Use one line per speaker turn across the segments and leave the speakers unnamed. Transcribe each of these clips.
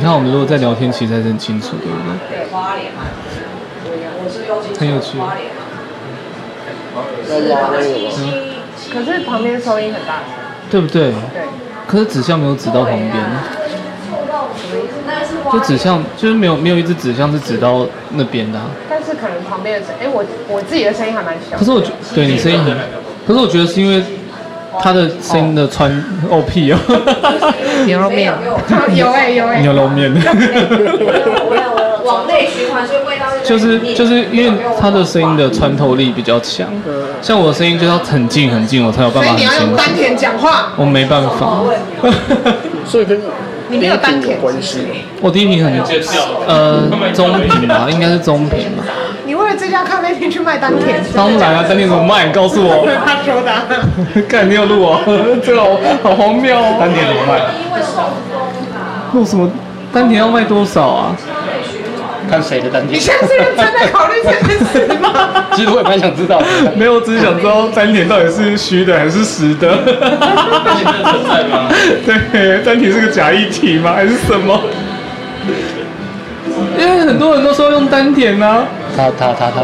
看我们如果在聊天，其实还是很清楚，对不对？
对，花莲嘛，我是尤其
很有趣
花莲嘛，
那
是
拉
好像
那
七
个吗？
夕，七
可是旁边收音很大声，
对不对？
对，
可是指向没有指到旁边，
那是花
就
莲
指向就是没有没有一只指向是指到那边的啊、
但是可能旁边的声，哎、我我自己的声音还蛮小
可，是我觉对你声音很，可是我觉得是因为他的声音的穿哦屁哦，
牛肉面，有哎、有哎、
牛肉面，
往内循环，所以味道
就是就是因为他的声音的穿透力比较强，像我的声音就要很近很近，我才有办
所以
法很
你要用
清楚
丹，田讲话，
我没办法，
所以跟
你没有丹
音频
田
有关系吗？
我低频很呃中频吧，应该是中频吧，
你为了这家咖啡厅去卖丹田，
当然了，丹田怎么卖？告诉我，
他说的啊，
干你有录啊， 这个好好荒谬哦，丹田怎么卖？
因为受风啊，
录什么？丹田要卖多少 啊？
看谁的单
你
点。
现在是认真在考虑这件事 吗？
其实我也蛮想知道的，
没有，我只是想知道丹田到底是虚的还是实 的。丹
田真的存在吗？
对，丹田是个假议题吗？还是什么？因为很多人都说用丹田啊，
他他他他，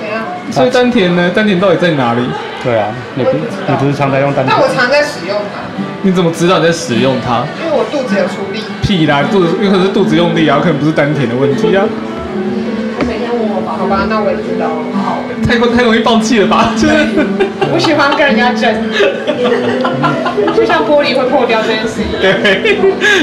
怎样？
所以丹田呢？丹田到底在哪里？
对啊，你不你不是常在用单
但我常在使用它，
你怎么知道你在使用它？
因为我肚子有出力。
屁啦，肚子有可能是肚子用力啊，可能不是丹田的问题啊。
好吧，那我也知道了。
太过太容易放弃了吧？就是
我不喜欢跟人家争， 就像玻璃会破掉这件事一样。
对，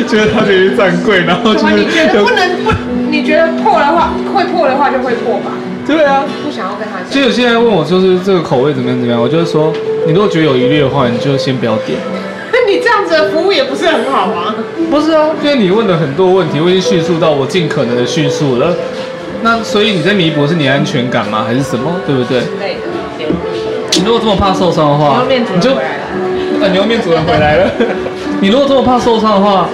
就是他觉得站柜，然后
什
就
么？
是
你觉得不能不？你觉得破的话，会破的话就会破吧。
对啊。
不想要跟他
就
争。
有些人问我，就是这个口味怎么样怎么样，我就会说，你如果觉得有疑虑的话，你就先不要点。
你这样子的服务也不是很好啊。
不是啊，因为你问了很多问题，我已经叙述到我尽可能的叙述了，那所以你在弥补是你的安全感吗，还是什么，对不对？
对的，
你如果这么怕受伤的话，你就啊，牛肉面主人回来了。 你如果这么怕受伤的话，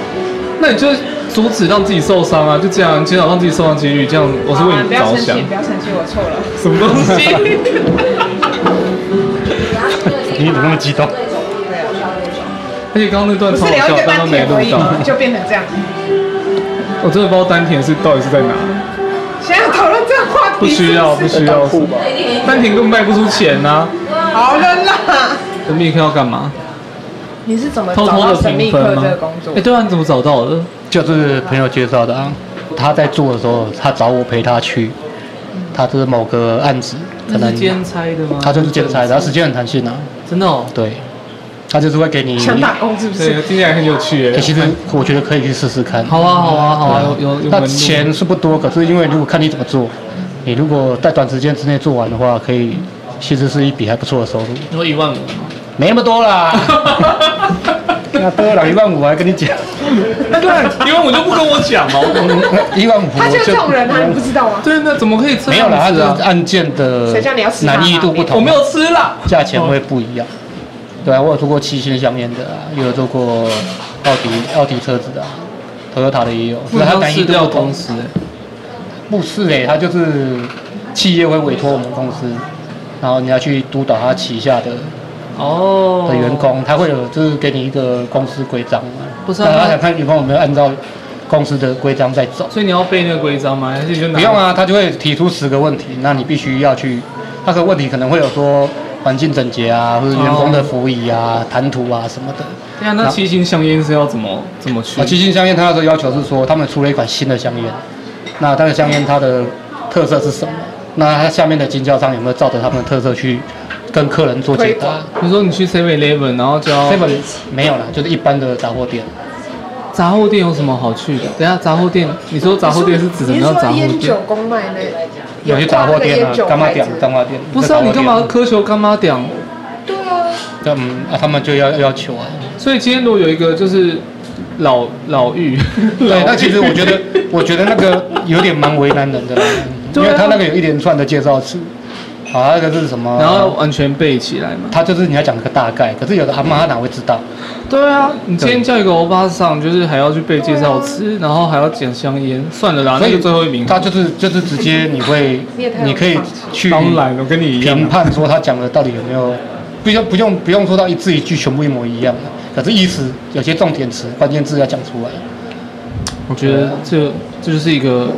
那你就阻止让自己受伤啊，就这样减少让自己受伤几率，这样我是为
好啦啊
你
不
着
要生
想
气，。不要生气，我错 了。
什么东西？
你怎么那么激动？
啊
而且 刚刚那段超
不
好
是聊一
笑，
个
刚
单
刚没
点
录
而已
到。
吗？就变成这样。
我真的不知道丹田是到底是在哪，
现在讨论这个话题，
不需要，不需要。
库吧，
啊
丹田根本卖不出钱啊呐、
好了啦。
我们一天要干嘛？
你是怎么
偷
找
偷
到
的
神秘
评
客
分
这
吗
个工作？？
哎，对啊，你怎么找到的？
就是朋友介绍的啊。他在做的时候，他找我陪他去，他是某个案子，可
那
能
是兼差的吗？
他就是兼差的，他时间很弹性啊。
真的哦。
对，他就是会给你。
想打工哦是不是？
对，听起来很有趣
欸
耶。
其实我觉得可以去试试看。
好啊，好
哦
啊，好啊，有有有门
那
路。
钱是不多，可是因为如果看你怎么做，你如果在短时间之内做完的话，可以其实是一笔还不错的收入，
你说一万五吗？
没那么多 啦。那多了一万五，还跟你讲，
一万五就不跟我讲哦。
一万五
他就是这种人啊，你不知道吗？
对，那怎么可以这
没有
样
啦，它
子啊
是案件的
谁叫你要吃它
难易度不同，啊
我没有吃啦。
价钱
哦
会不一样。对啊，我有做过七星香烟的啊，也有做过奥迪奥迪车子的、啊、，Toyota 的也有，
不
所以它
能
难易
试
度
掉
不同
公。司哎。
不是哎、欸，他就是企业会委托我们公司，然后你要去督导他旗下的
哦。
的员。工，他会有就是给你一个公司规章嘛，
不是啊
那
他
他想看员工有没有按照公司的规章在走。
所以你要背那个规章吗？还是你就拿？
不用。啊，他就会提出十个问题，那你必须要去，那个问题可能会有说环境整洁啊，或者员
哦
工的服仪啊、谈吐啊什么的。
对啊，那七星香烟是要怎么怎么去
啊，？七星香烟，它那时候要求是说，他们出了一款新的香烟，那它的香烟它的特色是什么？那它下面的经销商有没有照着他们的特色去跟客人做解答
比如说你去 Seven Eleven，然后教
？seven 没有啦，就是一般的杂货店，
杂货店有什么好去的？等一下杂货店，你说杂货店是指什么
你
样
说
杂货
烟酒
店？
公卖那？
有些杂货店啊，干妈店、干妈店。
不是啊，
在
你
杂
干
货
嘛
店？
苛求干妈店？
对啊，
那嗯，啊，他们就要要求啊。
所以今天如果有一个就是老老妪，啊
对，那其实我觉得，我觉得那个有点蛮为难人的啦，因
对啊
为他那个有一连串的介绍词，啊，那个是什么？
然后要完全背起来嘛。
他就是你要讲个大概，可是有的阿妈他哪会知道？
对啊，你今天叫一个欧巴桑，就是还要去背介绍词，然后还要捡香烟，算了啦，那就最后一名。
啊他就是就是直接你会
你也太，有
你可以去
当然，我跟你一样
评
啊。
判说他讲的到底有没有，不用不用不用说到一字一句全部一模一样啊，可是意思有些重点词关键字要讲出来。
我觉得这这就是一个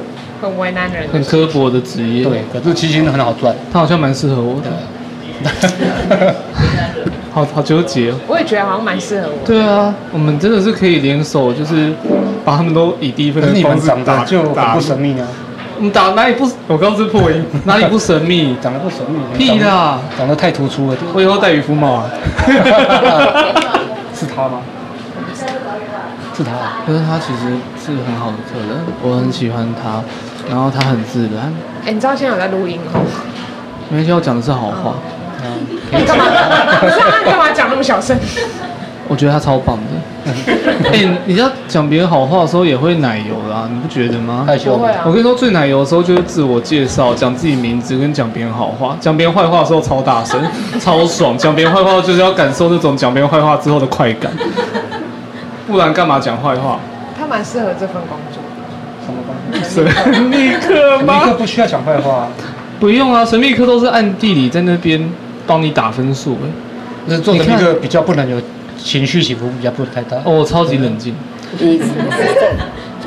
很为难人的
很
事。
刻薄的职业。
对，，可是七星很好 赚。
他好像蛮适合我的，好好纠结哦。
我也觉得好像蛮适合我。
对啊，我们真的是可以联手，就是把他们都以低分
可是
的
你
方
们
式
长得
打。
就很不神秘啊，
我们打哪里不？我刚刚是破音，哪里不神秘？
长得不神秘，
屁啦！
长得太突 出了。
我以后戴渔夫帽 啊。
是他吗？是他啊，
可是他其实是很好的客人，我很喜欢他，然后他很自然。
哎、你知道现在有在录音哦？
没关系，我讲的是好话，
嗯
你干嘛？ 不是啊，你干嘛讲那么小声？
我觉得他超棒的。哎、你要讲别人好话的时候也会奶油啦，你不觉得吗？
害羞
不会啊
我跟你说，最奶油的时候就是自我介绍，讲自己名字跟讲别人好话，讲别人坏话的时候超大声，超爽。讲别人坏话就是要感受那种讲别人坏话之后的快感，不然干嘛讲坏话？
他蛮适合这份工作。
什么关系？
神秘客
你
吗
一个？不需要讲坏话啊，
不用啊，神秘客都是暗地里在那边帮你打分数、欸。
就是做成
你看
一个比较不能有情绪起伏，比较不太大。
哦，我超级冷静。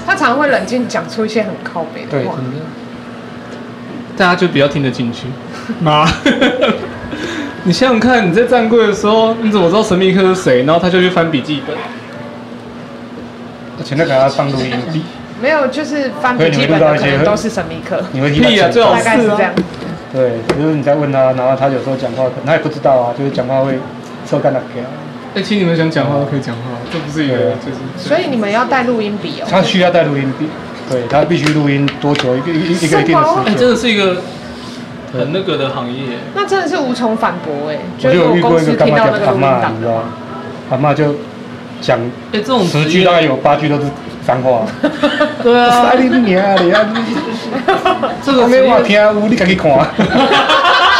他常常会冷静讲出一些很靠北的
对
话。
大家就比较听得进去。妈， 你想想看，你在站柜的时候，你怎么知道神秘客是谁？然后他就去翻笔记本。
而且那个还要放录音，
没有，就是翻笔记本的可能都是神秘客，
你会听到
屁啊
紧
最好
大
张
概是这样。
啊对，就是你在问他，然后他有时候讲话，可能他也不知道啊，就是讲话会抽干了给啊，
哎、其实你们想讲话都可以讲话，这不是一
对
个
啊
就是。
所以你们要带录音笔哦。
他需要带录音笔，对他必须录音多久一个一个一个一定
什么
哎、真
的时间。
的是一个很那个的行业。
那真的是无从反驳哎、
我
就
就是有遇
我
过
公
一个
司
干
听
妈
到
叫
那个
阿
录音
妈，
档
你，知道吗，阿妈就讲
哎、这种
十
职
句
业
大概有八句都是脏 话。
对 啊，
塞你娘的啊！
这
后
个职
面我
业
听有你自己看。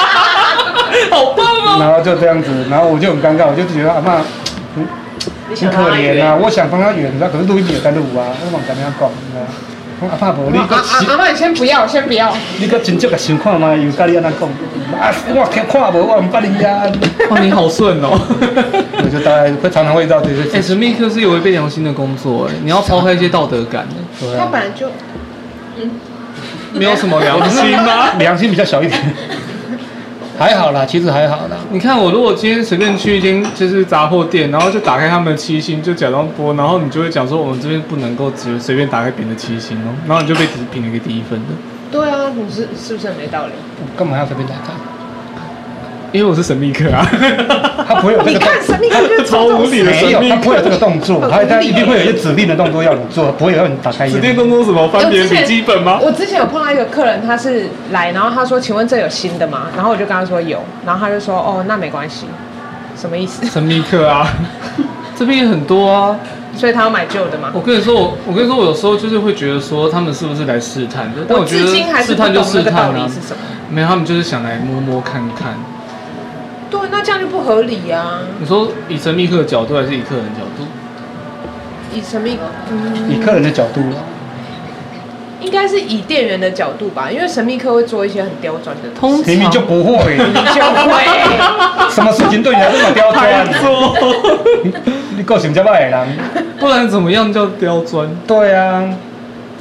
好棒哦、
然后就这样子，然后我就很尴尬，我就觉得阿妈很可怜啊，我想帮他圆，可是录音也在录啊，我往怎么样讲啊？我阿爸无你
哦阿
个
阿阿妈，你先不要，先不要。
你个真正个想看嘛，又甲你安那讲，啊，我看看无，我唔捌你啊。
哇，你好顺哦、
我就大概会常常会遇到这些
哎、
事情。
神秘客是有违背良心的工作、哎，你要抛开一些道德感、哎
对
他
啊
本来就
没有什么良心吗？
良心比较小一点， 还好啦，其实还好啦。
你看我如果今天随便去一间就是杂货店，然后就打开他们的七星，就假装播，然后你就会讲说我们这边不能够只随便打开别人的七星哦，然后你就被评评了一个低分的，
对啊，你是是不是很没道理？
我干嘛要随便打开？
因为我是神秘客 啊。
他不会有这
你
个动
看神秘客就是
超
做这种
无理
事
的
没有，他不会有这个 动作，他他一定会有一些指令的动作要你做，不会有让你打开
指定
眼。
动作什么
哎
翻别人笔记本吗？
我之前有碰到一个客人，他是来，然后他说：“请问这有新的吗？”然后我就跟他说有，然后他就说：“哦，那没关系。”什么意思？
神秘客啊，这边也很多啊。
所以他要买旧的吗？
我跟你说，我我跟你说，我有时候就是会觉得说他们是不是来试探的，但我觉
至今
得
还是
试
不懂
探就试
那个道
探
理
啊
是，什么。
没有他们就是想来摸摸看看。
对，那这样就不合理啊！
你说以神秘客的角度还是以客人的角度？
以神秘，嗯，
以客人的角度，啊
应该是以店员的角度吧，因为神秘客会做一些很刁钻的东
通 常
明明就不会，
西， 就会。
什么事情对你来这么刁钻？
做。
你 你个性这么矮人？
不然怎么样叫刁钻？
对啊，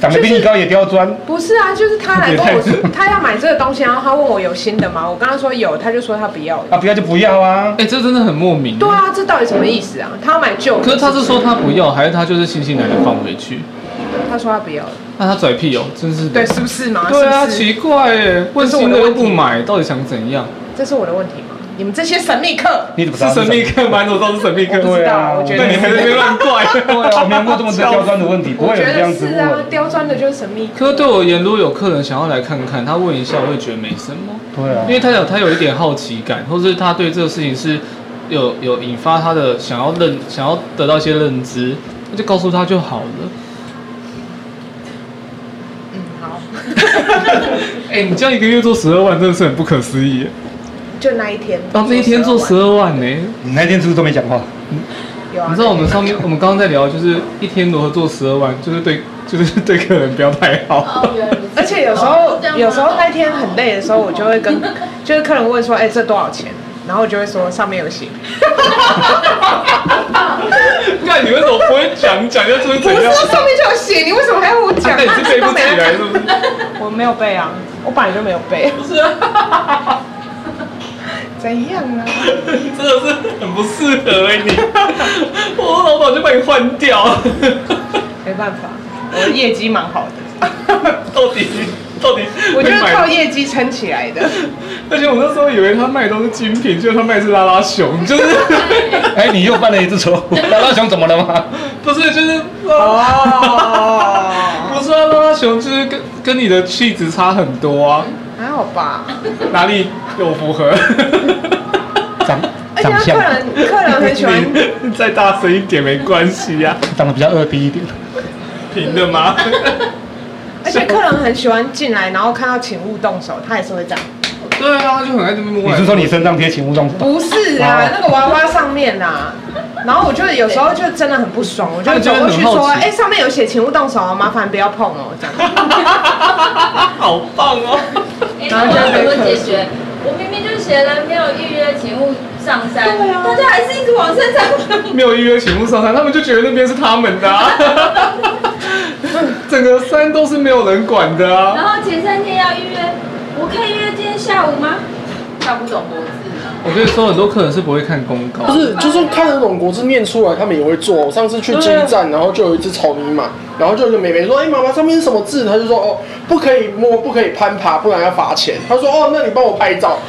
长得比你高也刁钻。
不是啊，就是他来跟我说，他要买这个东西，然后他问我有新的吗？我跟他说有，他就说他不要了。
啊，不要就不要啊
哎、！这真的很莫名。
对啊，这到底什么意思啊？他要买旧的，
可是他是说他不要，还是他就是悻悻然的放回去？
他说他不要了，
那他拽屁哦、真是
对，
的。
是不是嘛？
对啊，
是不是
奇怪耶，问新的又不买，到底想怎样？
这是我的问题吗？你们这些神秘客，
你怎么知
是
道
神秘？客吗？你怎么知道是神秘客？
不知
对啊
道，我觉
那你
得
还在那边乱怪。
对 啊，我没有问过这么多刁钻的问题，不
我
会有
觉
人这
得
样子
是
问。
啊，刁钻的就是神秘客。
可是对我而言，如果有客人想要来看看，他问一下，我也觉得没什么，
对啊
因，为他有他有一点好奇感，或是他对这个事情是有有引发他的想要认想要得到一些认知，那就告诉他就好了。
嗯，好，
哎、你这样一个月做十二万，真的是很不可思议耶。
就那一天，
然后啊这一天做十
12
二万呢、
你那天是不是都没讲话？
万，有啊，
你知道我们上面我们刚刚在聊，就是一天如何做十二万，就是对就是对客人不要太好。
哦，原来如此
而且有时
哦
哦
候，有时候
哎
那天很累的时候，我就 会跟，就是客人问说，哎、这多少钱？然后我就会说上面有写，
那你为什么不会讲？讲啊就出去
不
怎
是
样？
说上面就有写，你为什么还要我
啊
讲？
那你是背不起来是不是？
我没有背啊，我本来就没有背。
不是啊，
怎样啊？
真的是很不适合哎、你。 我老早就把你换掉，
没办法，我业绩蛮好的，
到底到底
我就是
会买
靠业绩撑起来的。
而且我那时候以为他卖的都是精品，结果他卖的是拉拉熊，就是
哎，你又犯了一次 错误。拉拉熊怎么了吗？
不是就是啊
哦，
不是啊，拉拉熊就是跟跟你的气质差很多啊，
还好吧。
哪里有符合？
长
而且
长
他
相
客人客人很 喜欢，
你再大声一点没关系呀、
长得比较二逼一点，
啊，平的吗？
而且客人很喜欢进来，然后看到请勿动手，他也是会这样。
对啊，就很爱这边摸
你
来摸去。
是说你身上贴情物动手？
不是啊，那个娃娃上面啊。然后我就有时候就真的很不爽，我就走过去说：“哎、上面有写请勿动手哦，麻烦不要碰哦。”这样，
好棒哦！
哎，那我要怎么解决？我明明就写了没有预约请勿上山，
对啊
大家还是一直往山上。
没有预约请勿上山，他们就觉得那边是他们的、啊， 整个山都是没有人管的啊。
然后前三天要预约，我可以预约今天下午吗？看不懂国字，
我跟你说，很多客人是不会看公告
不是，就是看那种国字念出来，他们也会做。我上次去
啊
金站，然后就有一只草泥马，然后就有一个妹妹说：“哎、妈妈，上面是什么字？”她就说：“哦，不可以摸，不可以攀爬，不然要罚钱。”她说：“哦，那你帮我拍照。”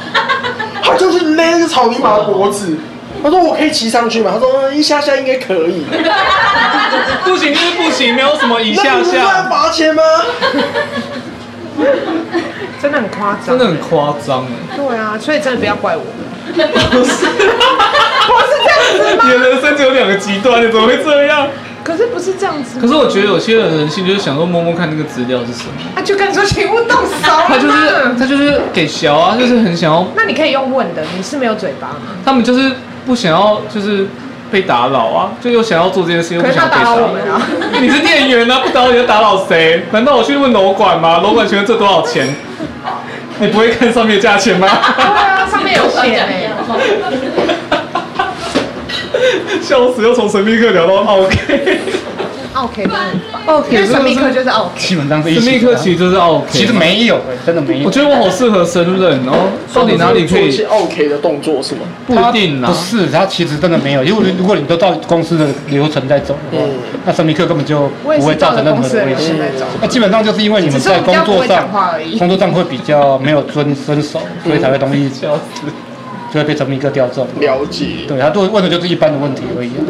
她就去勒那个草泥马的脖子。她说：“我可以骑上去吗？”她说：“嗯，一下下应该可以。
不行就是不行，没有什么一”
那
下
你不是要
下，
罚钱吗？
真的很夸
真
张，
的很夸张哎。
对啊，所以真的不要怪我。
不是，不是这样子你的人生只有两个极端，你怎么会这样？
可是不是这样子，
可是我觉得有些人人性就是想说摸摸看那个资料是什么，
他就跟你说请勿动手了嘛，
他就是他就是给小啊，就是很想要，
那你可以用问的，你是没有嘴巴吗？
他们就是不想要就是被打扰啊，就又想要做这件事，又
可
不
是
想
他
被打
打扰
扰
我。们啊，
你是店员啊，不打扰你就打扰谁？难道我去问楼管吗？楼管请问这多少钱？你不会看上面的价钱吗？
对啊，上面有写
讲
呢。
笑死，又从神秘客聊到哦 OK，
OK，真的很烦嗯因为神秘客就是哦 OK，
基本上是一
神秘
起
客
的。
其实就是哦 OK。
其实，没有，真的没有
我。觉得我好适合升任哦。到底哪里可
做一些
以？
OK 的动作是吗？
不一定啊
不。是，他其实真的没有，因为如果你都照公司的流程在走的话，
嗯
那神秘客根本就
我也
不
是
会
照
造
着
成任
公
何
司
的
的
危
流
险。
程在走。
那基本上就是因为你们在
只
工
是我
作
比较不会讲
上
话而已，
工作上会比较没有遵遵守，所以才会容易
笑死，
就会被神秘客调中。
了解。
对，他问问的就是一般的问题而已啊、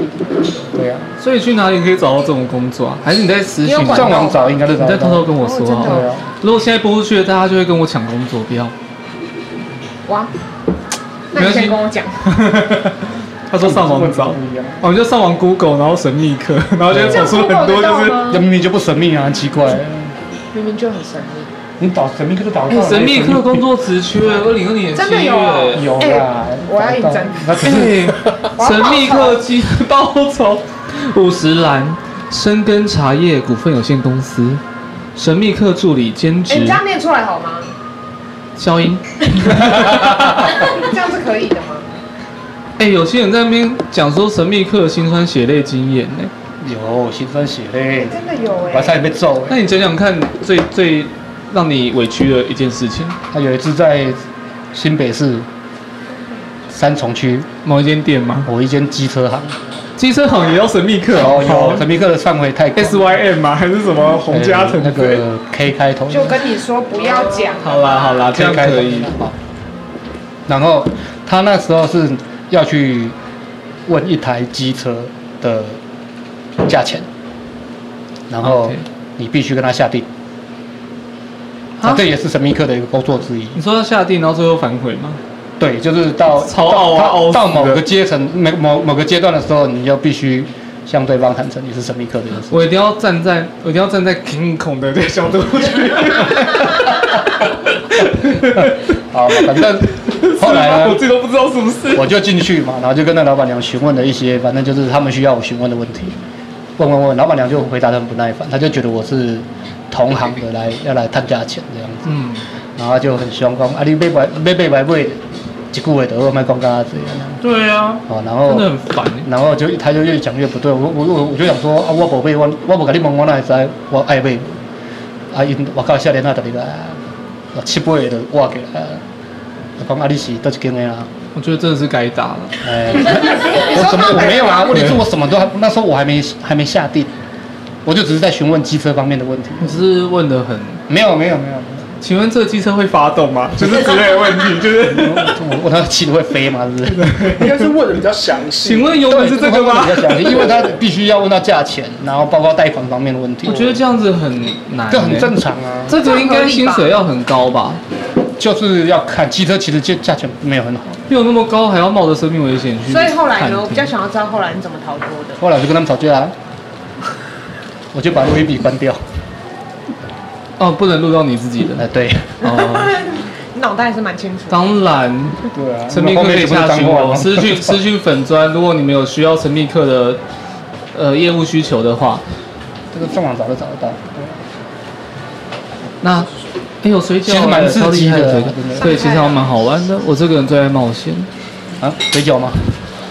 对啊，
所以去哪里可以找到这种工作啊？还是你在实习
你有？管
上网找应该是
你
找
再
得
偷偷
到。
跟我说
哦真
啊
的
对啊，
如果现在播出去了，大家就会跟我抢工作，不要。
哇，那你可以跟我讲，
他说上网找，我们哦就上网 Google，然后神秘客，然后就会跑出很多就
这样 Google 得
是
到吗
人明明就不神秘啊，很奇怪。
明明就很神秘。
你找神秘客就找得到
哎
了，
神秘客工作职缺，二零二零年七
真的
月
有啊
有啦
哎，我要应征
那只是
哎，神秘客机报酬五十兰，深耕茶叶股份有限公司，神秘客助理兼
哎，你
职
这，样念出来好吗？
消音。
这样是可以的吗？
哎，有些人在那边讲说神秘客的辛酸血泪经验呢，
有心酸血泪，
真的有
我还差
哎，
点被揍欸。
那你讲讲看最最让你委屈的一件事情，
他有一次在新北市三重区
某一间店吗？
某一间机车行，
机车行也要神秘客
哦，有
好
神秘客的范围太广哎
S Y M 吗？还是什么洪嘉诚
那
之类
个 K 开头的，
就跟你说不要讲。
好啦好啦，这
K
样
开头
可
的
以。
好然后他那时候是要去问一台机车的价钱，然后
OK
你必须跟他下定。啊
啊，
这也是神秘客的一个工作之一。
你说要下定，然后最后反悔吗？
对，就是到
超傲
到
啊傲
到
死
到某
了
个阶层、某某某个阶段的时候，你就必须向对方坦诚你是神秘客这件事。
我一定要站在，我一定要站在 King 孔的这个角度 去。
好，反正后
是
来
吗
呢
我，自己都不知道是不是。
我就进去嘛，然后就跟那老板娘询问了一些，反正就是他们需要我询问的问题，问问问，老板娘就回答的很不耐烦，她就觉得我是同行的来要来探价钱这样子，
嗯，
然后她就很凶讲啊你被白被被白买，一句话就好，卖讲干这样。
对啊，
哦，然
真
后
的很烦欸。
然后就他就越讲越不对，我我我我就想说啊，我宝贝，我我无甲你问，我哪会知我爱买？啊，因我到少年啊，特别来，啊七八个就挖过来，啊，讲啊你是倒一间的啊？
我觉得真的是该打了。
哎，我怎么我没有啊？问题是我什么都还那时候我还没还没下定，我就只是在询问机车方面的问题。
你是问的很，
没有没有没有，
请问这机车会发动吗？就是之类的问题，就是。
我我那气会飞嘛，是不是？
应该是问的比较详细。
请问油门是这个吗
我？比较想因为他必须要问到价钱，然后包括贷款方面的问题。
我觉得这样子很难，欸
这很正。常啊，
这个应该薪水要很高吧？
就是要看机车，其实价价钱没有很好。
没有那么高，还要冒着生命危险去。
所以后来呢，我比较，想要知道后来你怎么逃脱的。
后来我就跟他们吵架啊，我就把录音笔关掉。
哦，不能录到你自己
哎，
的。
对，
嗯
哦，
你脑袋还是蛮清楚的。
当 然，
对啊
陈密克可以下哦询我，私
失去
讯私
失去。
讯粉砖，如果你们有需要陈密克的呃业务需求的话，
这个上网找都找得到。
那哎有水饺，
其实蛮刺激的欸
超厉害水饺对，其实还蛮好玩的。我这个人最爱冒险，
啊，水饺吗？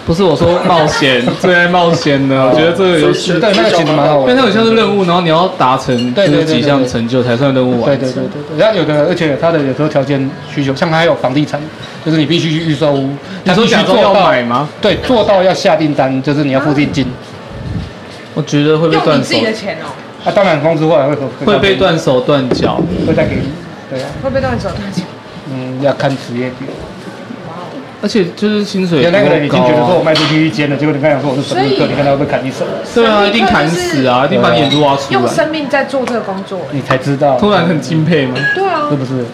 不是我 说冒险，最爱冒险
哦
的。我觉得这个游戏，
对，那个其实蛮好
因
玩
为
的。
它有像是任务，然后你要达成就
对对
是
对对
几项成就才算任务完。
对对对对对，然后有的，而且他的有时候条件需求，像他还有房地产，就是你必须去预售屋，
你
他
说
必须
假装
做
要
到
买吗？
对，做到要下订单，就是你要付定金。
我觉得会被
用
断
你自
手
己，的钱哦、
啊，当然公司后来会
会被断，手断脚。
会再给你。对啊，
会不会到你手拿钱？
嗯，要看职业别。
而且就是薪水
有那个人已
不够高啊
经觉得说我卖出去一间了，结果你刚讲说我是神秘客，你看他会不会砍你手？
对啊，一定砍死啊，一定把你眼珠挖出
用
来。
生命在做这个工作、哎
你才知道，
突然很敬佩吗？
对啊
是，不是？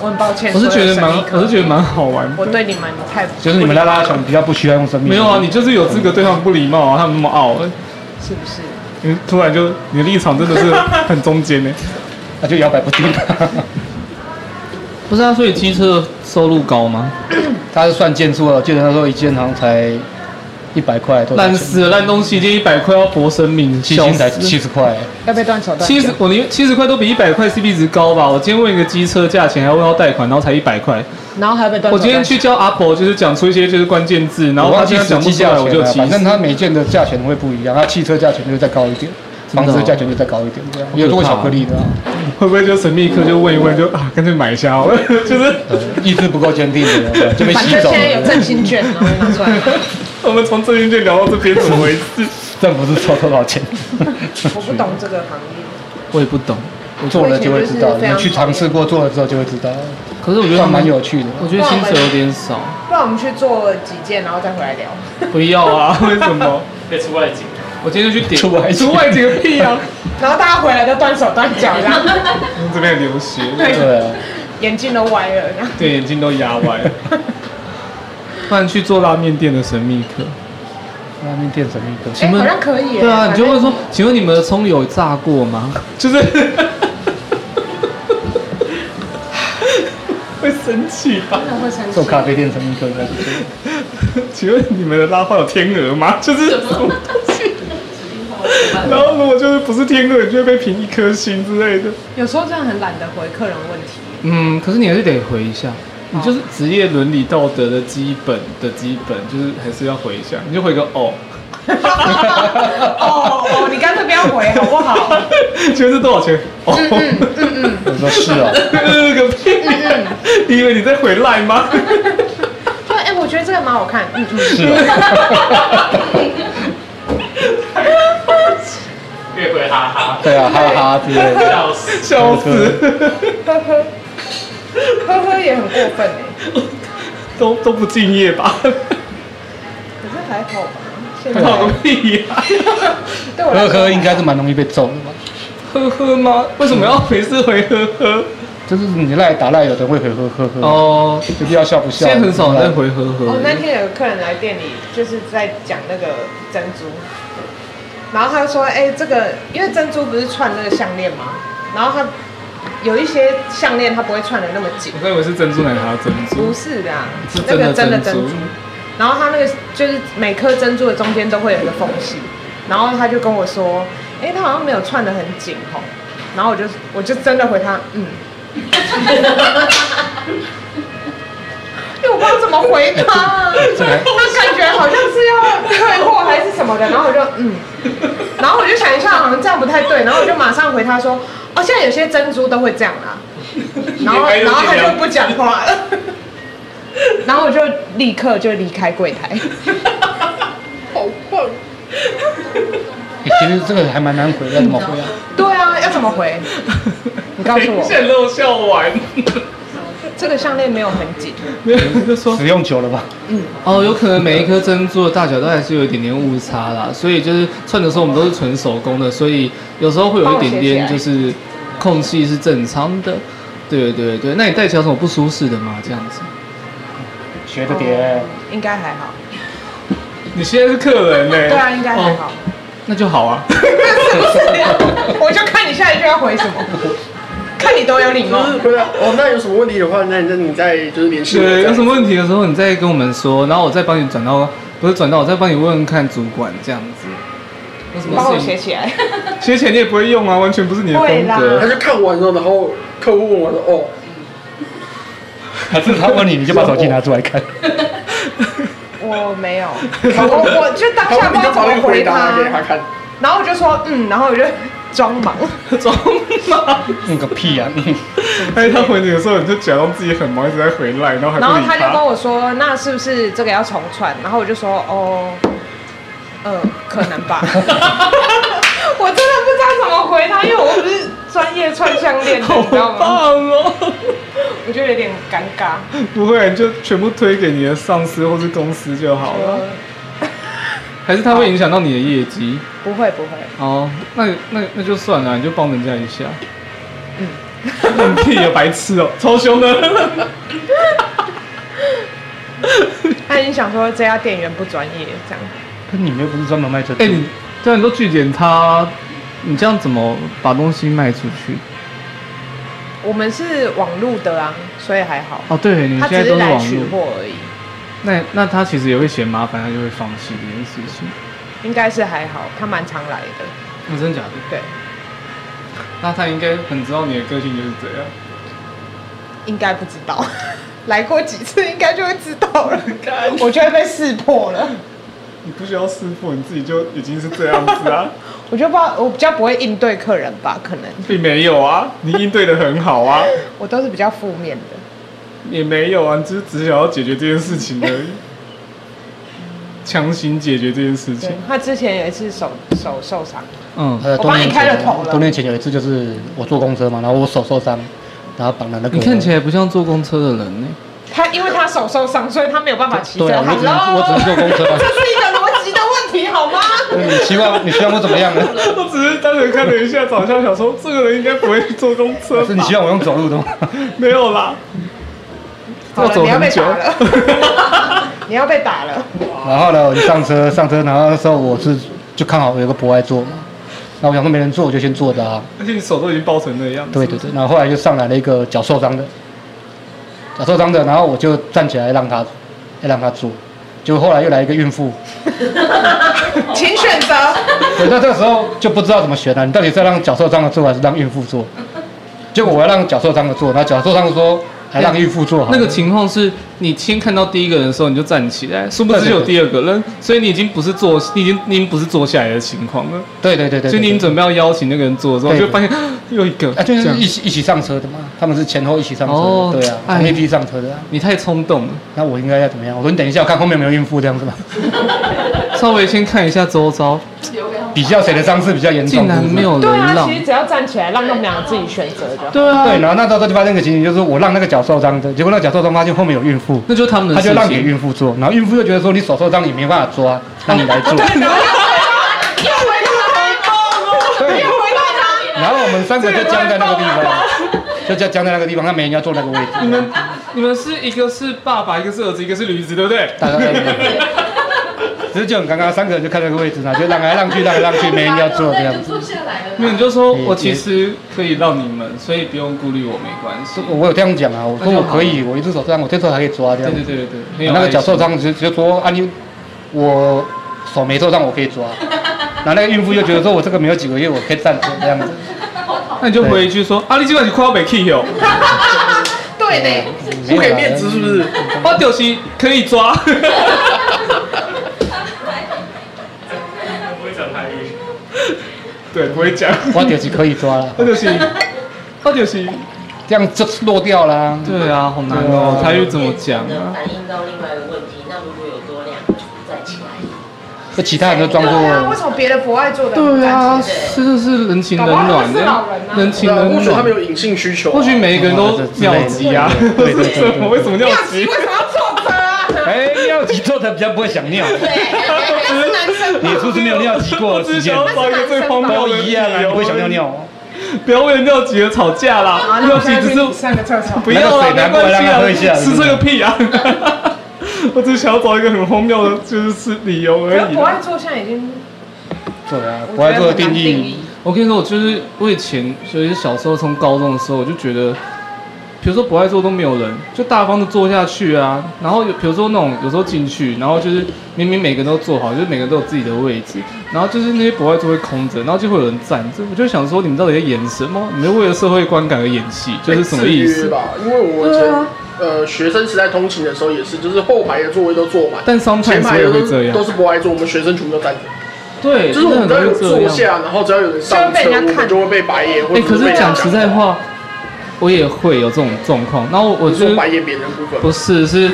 我哎很抱歉。
我是觉得
所有
蛮
生命，课
我是觉得蛮好玩
我
的。
对你们太
就是你们拉拉熊比较不需要用生命。
没有啊，你就是有资格对他们不礼貌啊，他们那么傲、欸，
是不是？
你突然就你的立场真的是很中间欸呢、
那就摇摆不定。
不是啊，所以机车的收入高吗？
他是算件数了，我记得那时候一件好像才一百块，多少钱
烂死了，烂东西，这一百块要搏生命，
七
笑
斤
死
才七十块。
要被断手断脚。
七十，我连七十块都比一百块 CP 值高吧？我今天问一个机车价钱，还要问到贷款，然后才一百块。
然后还被断手
我
断脚。
今天去教阿婆，就是讲出一些就是关键字，然后
我
他
忘记
竟然
实
讲不
际
出
价
来，
钱
我就
了，
气
反
死
正。它每件的价钱会不一样，它汽车价钱就再高一点，
真的哦
房子的价钱就再高一点，这样有做过巧克力的啊，
会不会就神秘客就问一问就啊，干脆买一下好了， 就是
意志不够坚定的就被
反
吸
正
走
现在 有
了。
振兴券，然后拿出来。
我们从这边就聊到这边，怎么回事？
政府是抽多少钱？
我不懂这个行业，
我也不懂。
做了就会知
我以前就是
道，
非
你
常
去尝试过，做了之后就会知道，
可是我觉得他
算
们
蛮有，趣的。
我觉得薪水有点少。
不然我们去做几件，然后再回来聊。
不要啊，为什么？
可以出外景，
我今天就去点
出外景
出外景个屁 啊！
然后大家回来就断手断脚，然后
这边流血，
对啊，
眼睛都歪了，然后
对，眼睛都压歪 了。不然去做拉面店的神秘客，
拉面店神秘客，哎
请问
哎好像可以耶
对啊，
反
你
正
就会说，请问你们的葱有炸过吗？就是。 会生气吧？
真的会生
做
气。
咖啡店神秘客应该不错。
请问你们的拉花有天鹅吗？就是什么东西？然后如果就是不是天鹅，你就会被评一颗星之类的。
有时候真的很懒得回客人问 题。
嗯，可是你还是得回一下，你就是职业伦理道德的基本的基本，就是还是要回一下，你就回个哦，
哦哦，你干脆不要回好不好？
请问是多少钱？哦，
我说是哦，
呃 个屁！你以为你在回赖吗？
对，哎、我觉得这个蛮好看。嗯嗯，
是哦，
越会哈哈，
对啊，哈哈之类的。
笑死。
笑死，
呵呵，呵呵也很过分哎、
都都不敬业吧？
可是还好吧。现在
好个屁呀、
对我来
呵
说
呵，应该是蛮容易被揍的吧？
呵呵吗？为什么要每次回呵呵？
就是你赖打赖，有人会回呵呵呵，
哦，
一定要笑不笑？
现在很少人在回呵呵
哦，
了。
那天有个客人来店里，就是在讲那个珍珠，然后他就说：“哎、这个因为珍珠不是串那个项链吗？然后他有一些项链它不会串的那么紧
我，刚以为是珍珠奶茶珍珠
不，是的，啊
是
那个
真
真
的珍
的 珍
珠
珠。然后他那个就是每颗珍珠的中间都会有一个缝隙，然后他就跟我说：，哎、他好像没有串的很紧吼。然后我就我就真的回他，嗯。因为我不不知道怎么回他啊，他感觉好像是要退货还是什么的，然后我就嗯，然后我就想一下，好像这样不太对，然后我就马上回他说，哦，现在有些珍珠都会这样啊，然后然后他就不讲话了，然后我就立刻就离开柜台，
好棒！
哎其实这个还蛮难回的，怎么回啊？
对啊，要怎么回？你告诉我，
现露笑完，
这个项链没有很紧，
没有你就说
使用久了吧？
哦，有可能每一颗珍珠的大小都还是有一点点误差啦，所以就是串的时候我们都是纯手工的，所以有时候会有一点点就是空隙是正常的。对对对，那你戴起来有什么不舒适的吗？这样子？
学着点，
应该还好，
你现在是客人呢、哦
对啊，应该还好。
那就 好啊。
是不是？
哦
我就看你下一句要回什么，看你多有礼
就
貌。
是不是哦，那有什么问题的话，那你那你再就是联系我。
对，有什么？问题的时候你再跟我们说，然后我再帮你转到，不是转到，我再帮你问问看主管这样子。有什
帮
么
我
事
写
情？
起来，
写起来你也不会用啊，完全不是你的
会
风
啦
格。
他就看完之后，然后客户问我说：“哦，
还是他问你，你就把手机拿出来看。
哦
我 没有，我我就当
他
下
问
不
你
知道怎
就把那
么
个回
回
答给他
他，
看。
然后我就说嗯，然后我就装忙，
装吗？
嗯个 屁呀！嗯
哎，他回你的时候，你就假装自己很忙，一直在回来，然后还
然
不
后
理
他就跟我说那是不是这个要重传？然后我就说哦，嗯，可能 吧。 我真的不知道怎么回他，因为我不是专业串项链的，你知
好
道吗？
棒哦！
我觉得有点尴尬。
不会，你就全部推给你的上司或是公司就好了。
呃
还是他会影响到你的业绩？
不会不会，
哦，那那那就算了，你就帮人家一下。
嗯
嗯，屁啊，白痴哦，超凶 的。
他已经想说这家店员不专业这样。
可你们又不是专门卖这
哎、你对啊，你都拒点他，你这样怎么把东西卖出去？
我们是网路的啊，所以还好。
哦，对，你
他
现在
只是
都是
来
网
取
络，
货而已，
那那他其实也会嫌麻烦，他就会放弃这件事情。
应该是还好，他蛮常来的。
那、哦真假的？
对，
那他应该很知道你的个性就是这样。
应该不知道， 来过几次应该就会知道 了。我就会被识破了。
你不需要师傅，你自己就已经是这样子啊，
我就不知道，我比较不会应对客人吧，可能
并没有啊， 你应对的很好啊，
我都是比较负面的。
也没有啊，你只是只想要解决这件事情而已，强行解决这件事情
对。，他之前有一次手手受伤，
嗯，
呃
我帮你开了头了
多年前有一次就是我坐公车嘛，然后我手受伤，然后绑了那个。
你看起来不像坐公车的人呢、
他因为他手受伤，所以他没有办法骑车。
对啊，我只能
Hello
我只能坐公车
这
啊。
是一个逻辑的问题好 吗？
你希望你希望我怎么样呢？
我只是单纯看了一下长相，想说这个人应该不会坐公车
可是你希望我用走路的吗？
没有啦，
好
要
了，
走
你要
很
被
久
打。了， 你要被打 了。
然后呢，我就上车，上车，然后那时候我是就看好有个博爱坐嘛，那我想说没人坐，我就先坐着啊。
而且你手都已经包成那样。
对对对，然后后来就上来了一个脚受伤的，脚受伤的，然后我就站起来让他，让他坐，就后来又来一个孕妇，
请选择。
对，那这个时候就不知道怎么选了、你到底是要让脚受伤的坐还是让孕妇坐？就我要让脚受伤的坐，然后脚受伤的说还让孕妇坐好了，
那个情况是你先看到第一个人的时候你就站起来，殊不知有第二个人，所以你已经不是坐，你已经你已经不是坐下来的情况了。
对对对对，
所以你
对
准备要邀请那个人坐的时候，
对
就发现又一个
啊，就
这
是
样
一起一起上车的嘛，他们是前后一起上车的，
哦
对啊，
哎
同一批上车的、啊。
你太冲动了，
那我应该要怎么样？我说你等一下，我看后面有没有孕妇这样子嘛，
稍微先看一下周遭，
留给他们
比较谁的伤势比较严重，
竟然
是不是
没。有
对
人
啊，
让
其。实只要站起来，让他们俩自己选择就好。
对
对，
啊，
然后那时候就发生一个情形，就是我让那个脚受伤的，结果那个脚受伤发现后面有孕妇，
那就是他们的
他
事
就让给
情。
孕妇坐，然后孕妇就觉得说你手受伤你没办法抓，那你来坐。
然后又回到他，
对
又回到他，
然后我们三个就僵在那个地方，就僵僵在那个地方，他没人要坐那个位
你
置。
们你们是一个是爸爸，一个是儿子，一个是驴子，对不对？
大概只是就很尴尬，三个人就看那个位置，然后就让来让去，让来让去，没人要坐这样
那你
子
就。坐下来了
没有，
啦。
你就说
也
我其实可以让你们，所以不用顾虑我，没关系。
我有这样讲啊，我说我可以，我一只手受伤，我这手还可以抓
对
这样啊
对。对对对，很有
那个
爱
脚受
心，
伤，直接说啊你，我手没受伤，我可以抓。然后那个孕妇就觉得说我这个没有几个月，我可以站着这样子。
那你就回一句说：“啊，你今晚你快要被 k 哦。
对对呢，
不给面子是不是？
八九七可以抓。
我不会讲台语，
对，不会讲。
啊我就是可以抓了，
八九七，八九七。
这样就落掉啦。
对啊，好难哦，
对啊
台语怎么讲
的
啊？
反映到另外一个问题，那如果有多两组在起来，
那其他人都装
对啊， 为
作
什么别的不爱做的很
对啊，
干净？
真的是人情冷
搞不好
暖
他是老人啊，
人情
对啊，
冷
或许他们
暖。
有隐性需求啊。
或许每一个人都尿急啊，
对对对对对
为什么尿
尿急
急？
为什么要坐车啊？
哎，尿急做的比较不会想尿。
他是男生
你
吧？
是不是没有尿急过
我
的
只是
时间
想？要找一个最荒
都
谬的
一样啊，
理
你
由
不会想尿尿。哦。
不要为了尿急而吵架啦，
那
尿
我
急
现在
只
去
是
上个厕所。
不要啦，
那个水拿
没
过来
关
让他喝一
系
下
啊，吃这个屁啊！ 我只是想要找一个很荒谬的，就是是理由
可
而已
是不爱
啦。
做现在已经，
对啊，
我
不
觉
爱
得
做的
很难
定
定
义。
义。
我跟你说，我就是我以前就是小时候从高中的时候，我就觉得，比如说不爱做都没有人，就大方的做下去啊。然后有比如说那种有时候进去，然后就是明明每个人都坐好，就是每个人都有自己的位置，然后就是那些不爱做会空着，然后就会有人站着。我就想说，你们到底在演什么？你们为了社会观感而演戏，就是什么意
被制
思
约？吧？因为我以前、呃学生时代通勤的时候也是，就是后排的座位都坐满，
但 sometimes
前排的
我也会这
都
样
都是不爱坐，我们学生全部都站着，
对，
就是我们
真
只
的很
要有
容易这
坐
样。
下，然后只要有人上
就会
车，
被人家
我们
看
就会啊被白眼或
哎、
者
可
被
是
人家
讲实在，话，我也会有这种状况。然后我
我
就
说
是
白眼别人的部分，
不是是，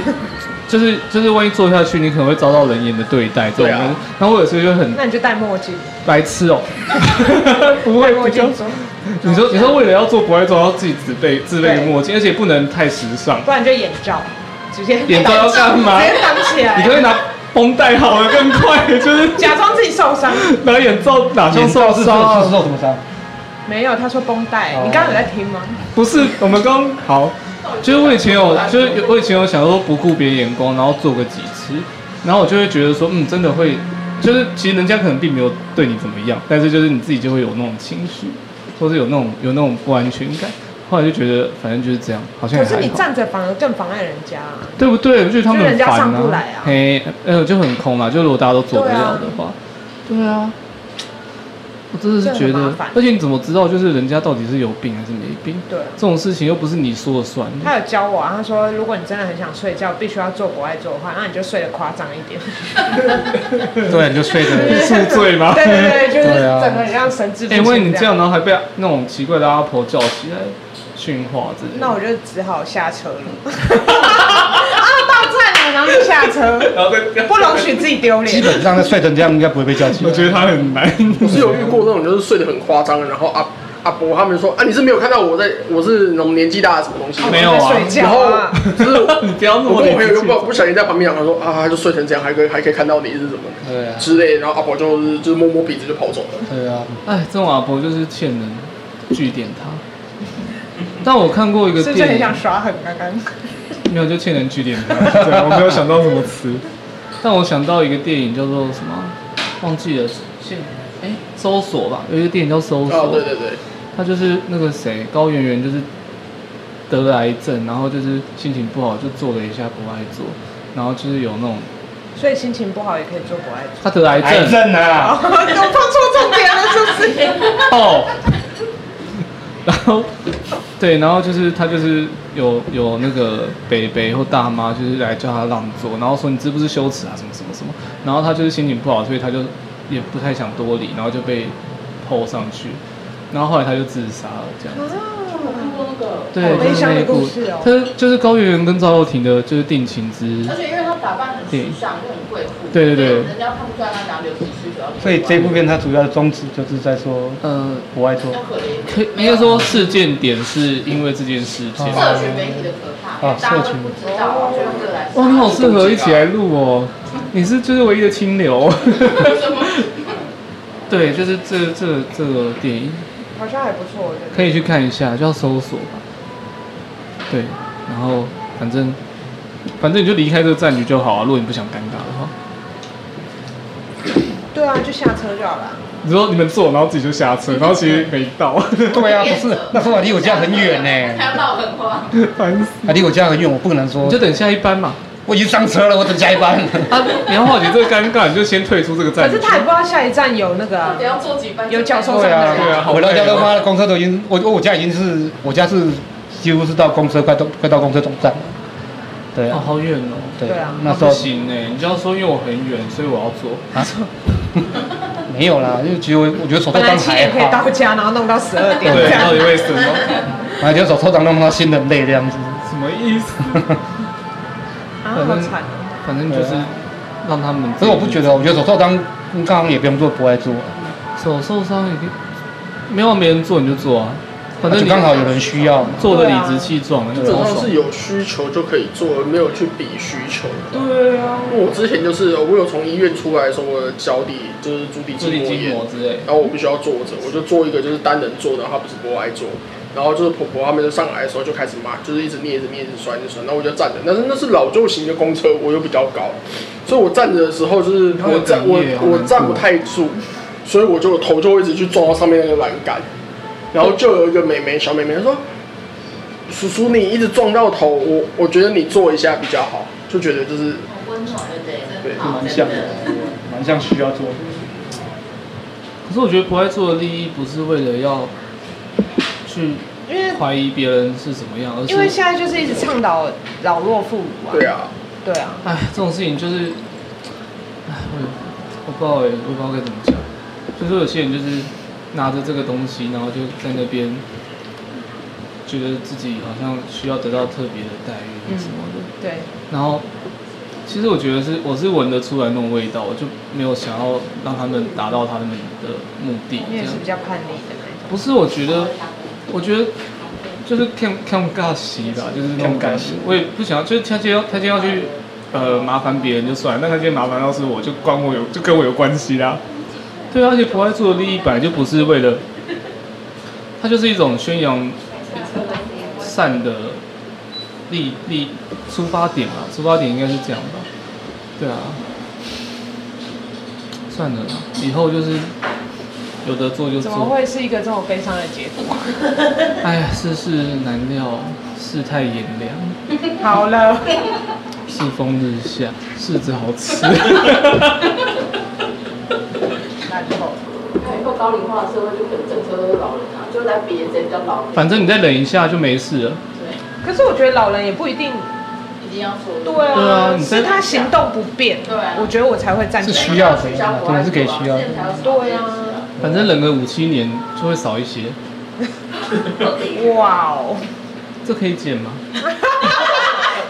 就是就是万一做下去，你可能会遭到冷眼的对待这种
对
东
啊
西。然后我有时候就很
那你就戴墨镜，
白痴哦、 不
戴
会
墨
不就
镜，
你说你说为了要做不会做，要自己自备自备个
对
墨镜，而且不能太时尚。
不然就眼罩，直接
眼罩要干嘛
直接挡起来，
你可以拿绷带好了更快，就是
假装自己受伤。
拿眼罩哪像
眼
受
罩是
伤
受
啊
是？受什么伤？
没有，他说绷带，
哦
你刚刚有在听吗？
不是，我们刚好，就是我以前有，就是我以前有想说不顾别人眼光，然后做个几次，然后我就会觉得说，嗯，真的会，就是其实人家可能并没有对你怎么样，但是就是你自己就会有那种情绪，或是有那种有那种不安全感。后来就觉得反正就是这样，好像
可
也
是
还
你
好，
站着反而更妨碍人家啊。
对不对？我觉得他们很
就人家
烦
上不来啊
嘿，呃，就很空嘛，就如果大家都做不了的话，对啊。我真的是觉
这很
得
麻烦，
而且你怎么知道就是人家到底是有病还是没病？
对啊，
这种事情又不是你说了算。
他有教我啊，他说如果你真的很想睡觉，必须要做国外做的话，那你就睡得夸张一点。
对，你就睡着。
宿醉吗
对对对，就是
对啊
整个很像神志不
哎、
清。
因为你这样，，然后还被那种奇怪的阿婆叫起来训话之类的。
那我就只好下车了。 啊，到站了，然后就下车，
然后再
不容许自己丢脸
基。本上在睡成这样，应该不会被叫起来。
我觉得他很难。
我是有遇过那种就是睡得很夸张的，然后阿阿伯他们就说啊你是没有看到我在我是那种年纪大的什么东西吗，
没有啊
在睡觉
然后
啊。
就是我
你不要那么
我跟我朋
理
友就
直气
不不小心在旁边讲，他说啊他就睡成这样，还可以还可以看到你是什么的
对啊，
之类的，然后阿伯就是就是摸摸鼻子就跑走了。
对啊，
哎，这种阿婆就是欠人，据点他。但我看过一个
是不是
电
很
影
想，耍狠？啊刚刚
没有就欠人据点他。对，啊我没有想到什么词，但我想到一个电影叫做什么，忘记了，欠哎、搜索吧，有一个电影叫搜索。
哦，对对对，
他就是那个谁，高圆圆就是得了癌症，然后就是心情不好，就做了一下不爱做，然后就是有那种
所以心情不好也可以做国外
他
做。
得癌症
症 啊，
有放错重点了，是不是？
哦，然后对，然后就是他就是有有那个北北或大妈就是来叫他让座，然后说你知不知羞耻啊什么什么什么，然后他就是心情不好，所以他就也不太想多理，然后就被抛上去，然后后来他就自杀了这样。
听过那个，
对，
好悲
就是
伤
那
的
一部
故事哦，
他就是高圆圆跟赵又廷的，就是定情之，
而且因为他打扮很时尚，又很贵妇，
对对对
人家看不出来他哪里有几十九，
所以这部片它主要的宗旨就是在说
呃，
不爱做
要。可怜一点
可以应该说事件点是因为这件事情。
哦
社群媒体的可怕，
啊
大家
社
都
群
不知道啊，就用这个来
哇，你 好适合一起来录哦，你是就是唯一的清流。 对，就是这这这个电影
好像还不错，我觉得。
可以去看一下，叫搜索吧。对，然后反正反正你就离开这个战局就好啊，如果你不想尴尬的话。
对啊，就下车就好了。
你说你们坐，然后自己就下车，然后其实没到，
对啊，不是，那时候离我家很远呢，
还要闹很花，
烦死。
啊，离我家很远，我不能说
你就，等下一班嘛。
我已经上车了，我等下一班。
啊，你要化解这个尴尬，你就先退出这个
可
战局。
是他也不知道下一站有那个、
到
啊
底，要做几班？
有脚受伤
对
的
啊，
对啊
人。
好
回到家
累哦
都妈的公车都已经，我我家已经是我家是几乎是到公车快到快到公车总站了。对
哦，
啊，
好远哦。
对
对啊
那时
不
候
行呢，你这样说，因为我很远，所以我要坐。
啊，没有啦，因为其实我我觉得手
本
抽
来
档
七
还
点可以
好
到，家，然后弄到十二点这
对，
样
到。底为什么？
啊，觉得手抽档弄到心很累这样子。
什么意思？
啊，好惨哦！
反正就是
对啊
让他们。
可是我不觉得，我觉得手抽档刚刚也不用做，不爱做，
手受伤也可以，没有没人做你就做啊，反正
而
你
且刚好有人需要嘛。
做的理直气壮，
啊
就
基本
超
上
爽
是。有需求就可以做，没有去比需求的。
对啊，
因为我之前就是我有从医院出来的时候，我的脚底就是足底
自己
筋膜
筋
炎
膜，之类的。
然后我必须要坐着，我就做一个就是单人坐，然后她不是不爱坐，然后就是婆婆他们就上来的时候就开始骂，就是一直捏一直捏一直摔一直摔，然后我就站着，但是那是老旧型的公车，我又比较高，所以我站着的时候就是
你会
我站我
哽咽好难过
我站不太住，所以我就头就会一直去撞到上面那个栏杆，然后就有一个美眉小美眉她说。叔叔，你一直撞到头，我我觉得你坐一下比较好，就觉得就是
好温暖，对不对？
对
真好，
蛮
真
像
的
的。，蛮像需要做的。
可是我觉得不爱做的利益不是为了要去
因为
怀疑别人是怎么样，而
因为
是
现在就是一直倡导老弱妇孺啊。
对啊，
对啊，
哎，这种事情就是，哎，我也我不知道哎，我也不知道该怎么讲。就是有些人就是拿着这个东西，然后就在那边觉得自己好像需要得到特别的待遇
嗯
什么的。
对，
然后，其实我觉得是我是闻得出来那种味道，我就没有想要让他们达到他们的目的。
你
这
也
样
是比较叛逆的那种。
不是，我觉得，我觉得就是看看尬戏吧，就是那种感
尴尬
觉
戏。
我也不想要，就是他今天要他今天要去呃麻烦别人就算了，那他今天麻烦到是我就关我有就跟我有关系啦。对啊，而且国外做的利益本来就不是为了，它就是一种宣扬善的利利出发点吧，出发点应该是这样吧。对啊，算了啦，以后就是有的做就
怎么
做。
会是一个这么悲伤的结果？
哎呀，世事难料，世态炎凉，
好了，
世风日下，柿子好 吃。
烂透。
以后高龄化的社会就可能整车都是老人啊，就来比人家老人，
反正你再忍一下就没事了。
可是我觉得老人也不一定，
一定要说。
对啊，
对啊你在
是他行动不便，
对啊
我觉得我才会站起
是
来。
需要的呀对是给需要的
对啊
反正忍个五七年就会少一些，
哇哦，
这可以减吗？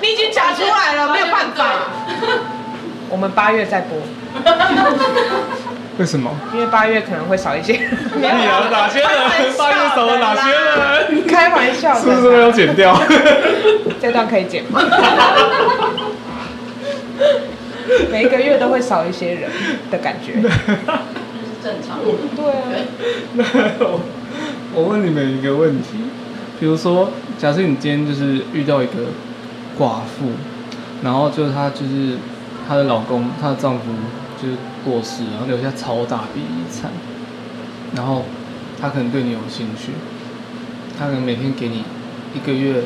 你已经讲出来了，没有办法。我们八月再播，
为什么？
因为八月可能会少一些。
你啊，哪些人？八月少了哪些人？
开玩笑的
是
啦，
不是要减掉？
这段可以剪吗？每一个月都会少一些人的感觉。
正常。
对啊，
那我 我问你们一个问题，比如说，假设你今天就是遇到一个寡妇，然后就是她就是她的老公，她的丈夫就是过世，然后留下超大笔遗产，然后她可能对你有兴趣，她可能每天给你一个月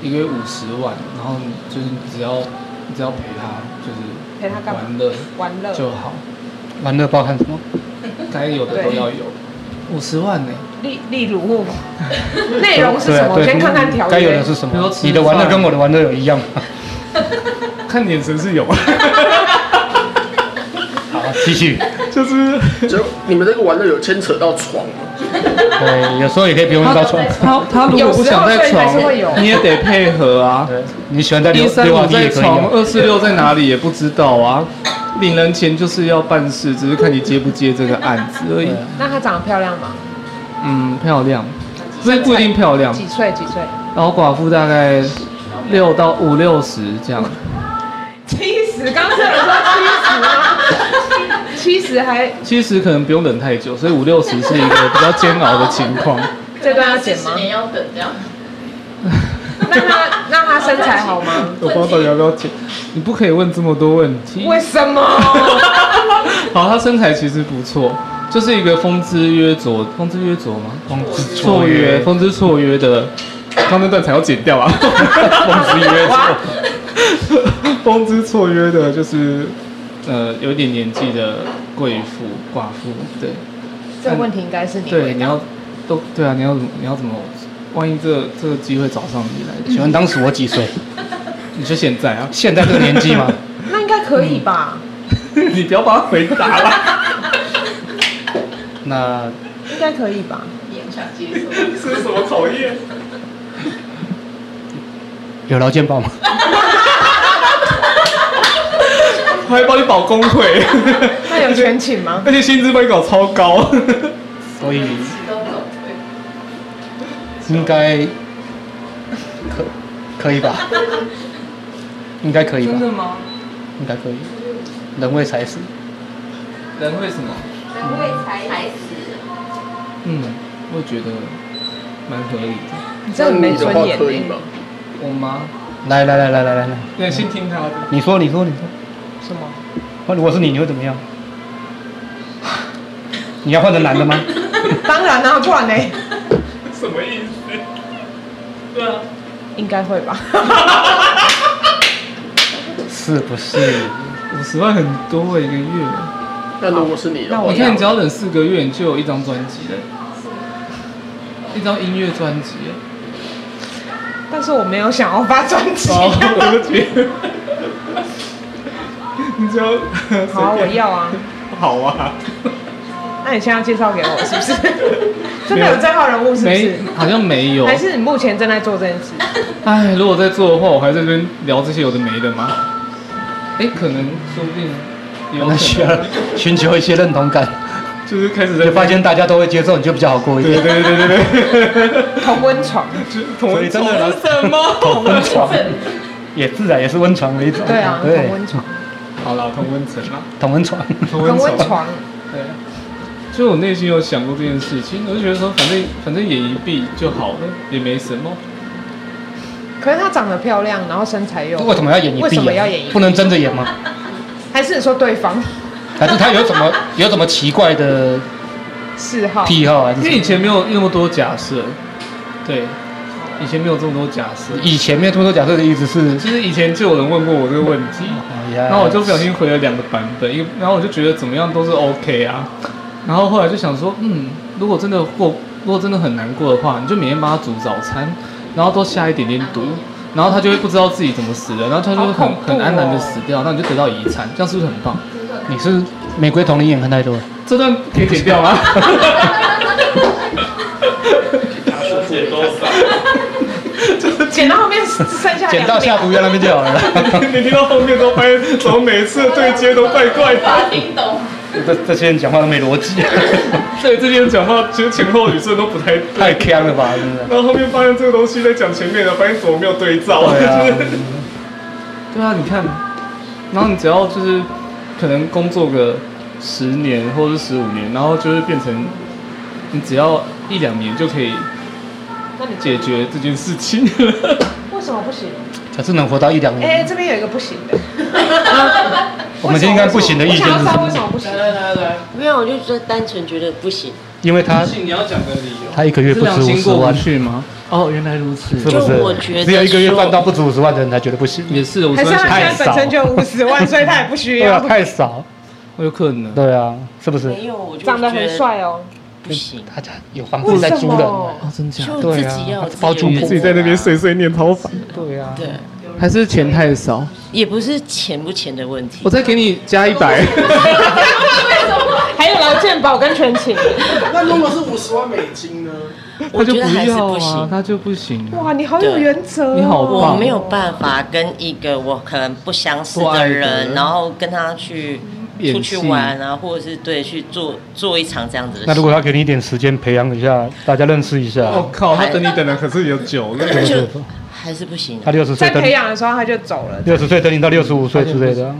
一个月五十万，然后你就是你只要你只要陪她就是
陪他干嘛？
玩乐
玩乐。
就好，
玩乐包含什么？
该有的都要有，五十万呢、
例例如，内容是
对
什
啊
么？我
对
先看看条约。
该有的是什
比如说
么
吃？
你的玩乐
饭
跟我的玩乐有一样吗？
看眼神是有，
好，继续。
就是
就你们这个玩乐有牵扯到床吗？
对，有时候也可以不用到床。
他他如果不想在
有时候睡还是会有
床，你也得配合 啊。
对，你喜欢在
一
六
三
六
五
号你
在
也可以
床，
啊。
二四六在哪里也不知道啊。领人钱就是要办事，只是看你接不接这个案子而已
对。啊
那她长得漂亮吗？
嗯，漂亮，所以不一定漂亮。
几岁？几岁？
然后寡妇大概六到五六十这样，
七十。刚才有说七十吗？七十还
七十可能不用等太久，所以五六十是一个比较煎熬的情况。
这段要剪
啊十
吗？
年要等这样，
那她那她身材好吗？
我不知道到底要不要剪，你不可以问这么多问题。
为什么？
好，她身材其实不错，就是一个风姿约着，风姿约着吗？
风之
错约，风之错约的，刚那段才要剪掉啊。 风之约错，风之错约的就是，呃，有一点年纪的贵妇、寡妇，对
这个问题应该是你
对，
回
你
答。
要都对啊，你要怎么你要怎么万一这这个机会找上你来，
请问当时我几岁？
你就现在啊，
现在这个年纪吗？
那应该可以吧？
你不要把它回答了。
那
应该可以吧？
勉强接受。
这是什么考验？
有劳健保吗？
我还帮你保工会，
那有全勤吗？
而且薪资帮你搞超高。
所以
都懂，对，
应该可可以吧？ 应该可以吧？
吗？
应该可以。人为财死，
人会什么？
人为财
孩
死，
子
嗯，我觉得蛮合理的。
你
那
真的
你
没
的
尊
话
严欸
可以吗
呢？？
我妈，
来来来来来来来，
对，先听她的。
你说你说你说，
什么？
那如果是你，你会怎么样？你要换成男的吗？
当然啦、不然呢？
什么意思？对啊，
应该会吧？
是不是？
五十万很多欸一个月，
那如果是你的
那
话，
我
你看你只要忍四个月，你就有一张专辑了，一张音乐专辑欸。
但是我没有想要发专辑。啊
好，我就觉 得，你只要
好啊，我要啊。
好啊，
那你现在要介绍给我是不是？真的有这号人物是不
没
是？
好像没有
还。是你目前正在做这件事？
哎，如果在做的话，我还在这边聊这些有的没的吗？哎，可能说不定有可
可
能
能需要寻求一些认同感，
就是开始在
就发现大家都会接受，你就比较好过一
对
点。
对对对 对，
同温床，
就是同
所以真的
是什
同
么？
温床，也自然也是温床的一种。
对啊，同温床，
好啦，同温层啦，
同 温床。
同
同温
温层。
床，
对，就我内心有想过这件事情，我就觉得说，反正反正眼一闭就好了，也没什么。
可是她长得漂亮，然后身材又……
为什么要演一
为什
闭
么
啊
要演一？
不能睁着眼吗？
还是你说对方
还是他有什么 有什么奇怪的
嗜好？
癖好还是
因
什
为以
么？
前没有那么多假设，对，以前没有这么多假设。
以前面这么多假设的意思是，
其实以前就有人问过我这个问题，
哎呀
然后我就不小心回了两个版本，一个，然后我就觉得怎么样都是 OK 啊。然后后来就想说，嗯，如果真的过，如果真的很难过的话，你就每天帮他煮早餐，然后多下一点点毒，然后他就会不知道自己怎么死的，然后他就会很、
好恐怖哦
很安然的死掉，那你就得到遗产，这样是不是很棒？
你是玫瑰同龄眼看太多了，
这段可以剪掉 吗？
而且都少，
剪到后面剩下
剪到
两
下
秒，
毒药那边就好 了啦。
你听到后面都发现，怎么每次的 对接都怪怪的？
他听懂，
这这些人讲话都没逻 辑，
对，这边讲话其实前后语顺都不太对。
太坑了吧，真的。
然后后面发现这个东西在讲前面的，发现怎么没有对照？
对啊，
对啊，你看，然后你只要就是可能工作个十年或者十五年，然后就是变成你只要一两年就可以
那你
解决这件事 情。
为什么不行？
可是能活到一两
哎、
年，
这边有一个不行的。
我们今天看不行的意见
我想要知
是什
道为
么
什？么不行？
没有，我就觉得单纯觉得不行。
因为他
你要讲的理由
他一个月不止五十
过
万，
不
是
去吗？哦，原来如此，
不
就是我觉得？说
只有一个月办到不止五十万的人才觉得不行，
也是，我
还
突
是
然
他
想
现在本身就五十万，所以他也不需
对啊，
要。
太少。
我有可能。
对啊，是不是？
没有，我就
长得
觉
很帅哦，
不行，
他家有房子在租人
为
呢，
哦，真假？
就
对
自
啊
己要有
包
的
住
欲
你
望
自己
碎念，超烦。
对啊，
对，
还是钱太少？
也不是钱不钱的问题
我。再给你加一百。
还有劳健保跟全勤。
那如果是五十万美金呢？
我
他就
觉得还是
要
不
啊，
行。
他就不行啊、
哇，你好有原则、哦。
啊
你好棒
我没有办法跟一个我可能不相识
不爱
的
的
人，然后跟他去
演
出去
戏
玩啊，或者是对去做做一场这样子的事。
那如果他给你一点时间培养一下，大家认识一下，
我、哦靠，他等你等了，可是有久了。
就
对对
还是不行
他
啊，
六十岁
在
等
培养的时候他就走了，
六十岁等你到六十五岁之类的啊，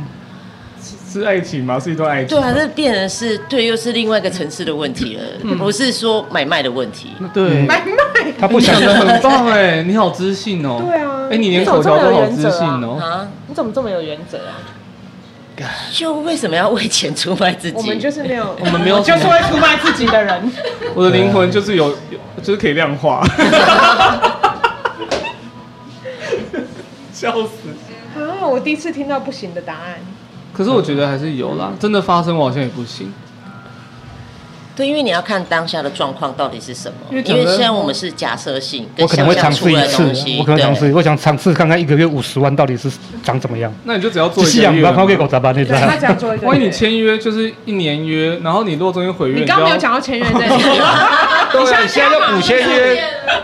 是爱情吗？是一段爱情
对啊，这变成是对，又是另外一个层次的问题了，不是说买卖的问题。
对，
买卖。
他不
你
想
讲的很棒哎，你好知性哦。
对啊
哎，你连口条都好知性
你怎么这么有
哦。
啊，
你怎么这么有原则啊？
就为什么要为钱出卖自己？
我们就是没有，
我们没有
就是会出卖自己的 人。
我的灵魂就是有，有就是可以量 化。笑死！
啊，我第一次听到不行的答案。
可是我觉得还是有啦，真的发生我好像也不行。
对，因为你要看当下的状况到底是什么，
因为
因
讲得
为现在我们是假设性跟
我可能会
想象
尝
出
试
来
一
的
次
啊东西，，
我可能尝试，
对。
我想尝试看看一个月五十万到底是长怎么样。
那你就只要做
一
一
夕
个
两
月
把
嘛
抛给狗杂吧，你知
对
道
他
吗？
讲做一个月，
万一你签约就是一年约，然后你如果中间毁约，
你刚刚没有讲到签约这件事，
对啊，现在就补签约，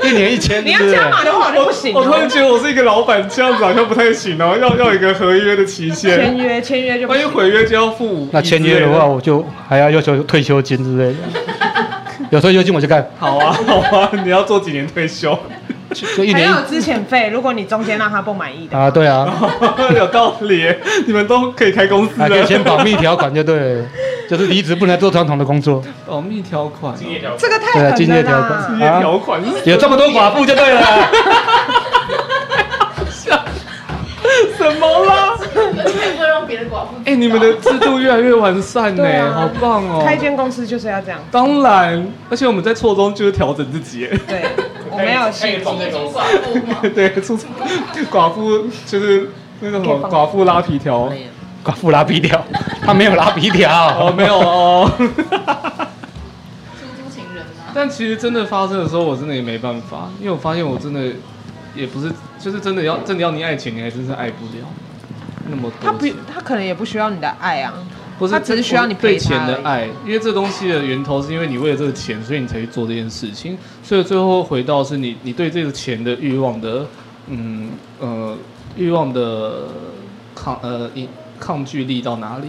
一年一千，
你
对
要
不对
加？码的话我就不行
我突然
哦。
觉得我是一个老板，这样子好像不太行哦，要要有一个合约的期
签
限。
约签约就不
万一
行，
毁约就要付五亿
那签约的话，我就还要要求退休金之类的。 有退休金我就干，
好啊好啊，你要做几年退休？
就一
还
年
要有
一
资遣费，如果你中间让他不满意的
啊，对啊，
有道理，欸你们都可以开公司
啊，就
了。
签保密条款就对了，就是离职不能做传统的工作，
保密条款，
敬业条
这个太
对啊，
狠
敬
了
业条款
啦！
业
啊，
条款是
有这么多寡妇就对了。
什么啦？
而且不能让别的寡妇。
哎、你们的制度越来越完善呢、
对啊
好棒哦、
开一间公司就是要这样，
当然，而且我们在错中就是调整自 己。
对，我没有
可以
信
放在公司，
寡妇吗？
对，出寡妇就是那个什么寡妇拉皮条。
寡妇拉皮条，他没有拉皮条，
哦，没有。哦。
出租情人啊，
但其实真的发生的时候，我真的也没办法，因为我发现我真的也不是，就是真的要真的要你爱情，你还真是爱不了那么多。
他不，他可能也不需要你的爱啊，
不是，
他只是需要你
对
陪他
钱的
而已
爱，因为这东西的源头是因为你为了这个钱，所以你才去做这件事情，所以最后回到是你你对这个钱的欲望的，嗯呃欲望的抗呃一抗拒力到哪里？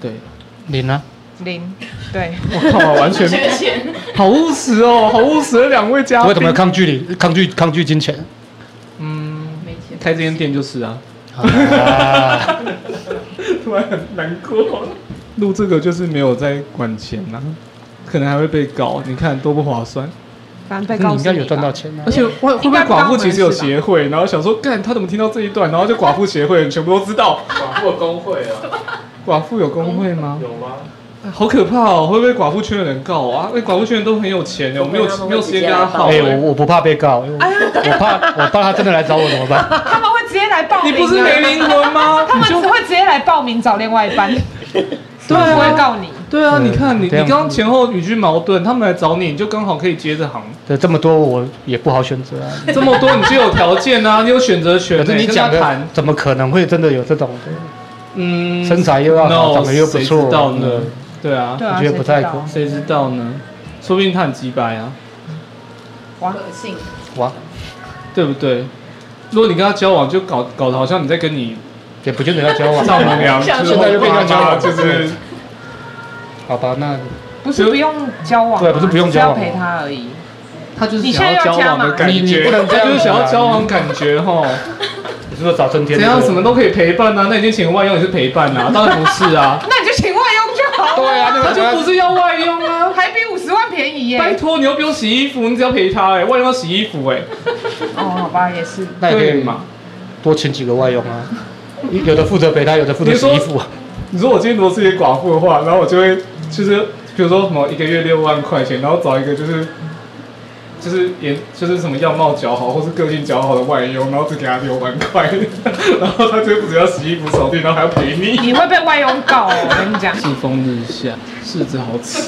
对，
你呢？
零，对，
我靠，完 全
缺钱，
好务实哦，好务实的两位嘉
为
宾
什。么抗拒你？抗拒抗拒金钱？
嗯，
没钱。
开这间店就是 啊，
啊，
突然很难过。录这个就是没有在管钱呐、可能还会被告，你看多不划算。
反正被告
你
诉
应该有赚
吧
到钱啊
而。且会会不会
应该不
寡
关我
妇
们
其实有
的事吧
协会，然后想说，干他怎么听到这一段，然后就寡妇协会全部都知道。
寡妇的工会啊，
寡妇有工会吗？
有吗？
哎好可怕哦！会不会寡妇圈的人告我啊？那寡妇圈的人都很有钱的，我
啊
没有
他们会
没有时间跟他耗。
哎、我我不怕被告，哎我
哎
我怕我怕他真的来找我怎么办？
他们会直接来报
你
名，
不是没灵魂 吗？
他
你
们只
就
会直接来报名找另外一班，
对
不会
啊，
告你。
对啊！你看你你
对啊
刚刚前后语句矛盾，他们来找你，你就刚好可以接着行。
对，这么多我也不好选择啊。
这么多你就有条件啊，你有选择权欸。
可是你
跟
讲
他谈
的，怎么可能会真的有这种的？
嗯，
身材又要好
no，
长得又不错
谁知道呢
嗯？
对啊，
对啊，
我觉得不太可
谁知
谁知道呢？说不定他很鸡掰啊。
可信，
哇，
对不对？如果你跟他交往，就搞搞得好像你在跟你
也不见得要交往。
丈母娘，
像
就是
现在就
爸
变
妈
成交往
就是
好吧，那
道不是不用交往啊，
对不是不用交往
只是要陪他而已。
他就是
你
想
现在
交
要加
往的
码
感
你
觉，
你不能这
他
样
就是想要
子啊
交往感觉哈，
你是不是找春天
怎
的？
样什么都可以陪伴啊？那你就请万用也是陪伴啊？当然不是 啊，
那你就请外佣就好，
对啊，那
他
个
就不是要外用 啊。
还比五十万便宜
拜
耶。
托，你又不用洗衣服，你只要陪他哎、万用要洗衣服哎、
哦，好吧，也是。
那也可
对
以
嘛？
多请几个外佣啊，有的负责陪他，有的负责洗衣服。啊
你说我今天如果是一个寡妇的话，然后我就会就是比如说什么一个月六万块钱，然后找一个就是就是颜就是什么样貌姣好或是个性姣好的外佣，然后只给他六万块， 然后他就不只要洗衣服、扫地，然后还要陪你。
你会被外佣告哦，我跟你 讲。
世风日下，柿子好吃。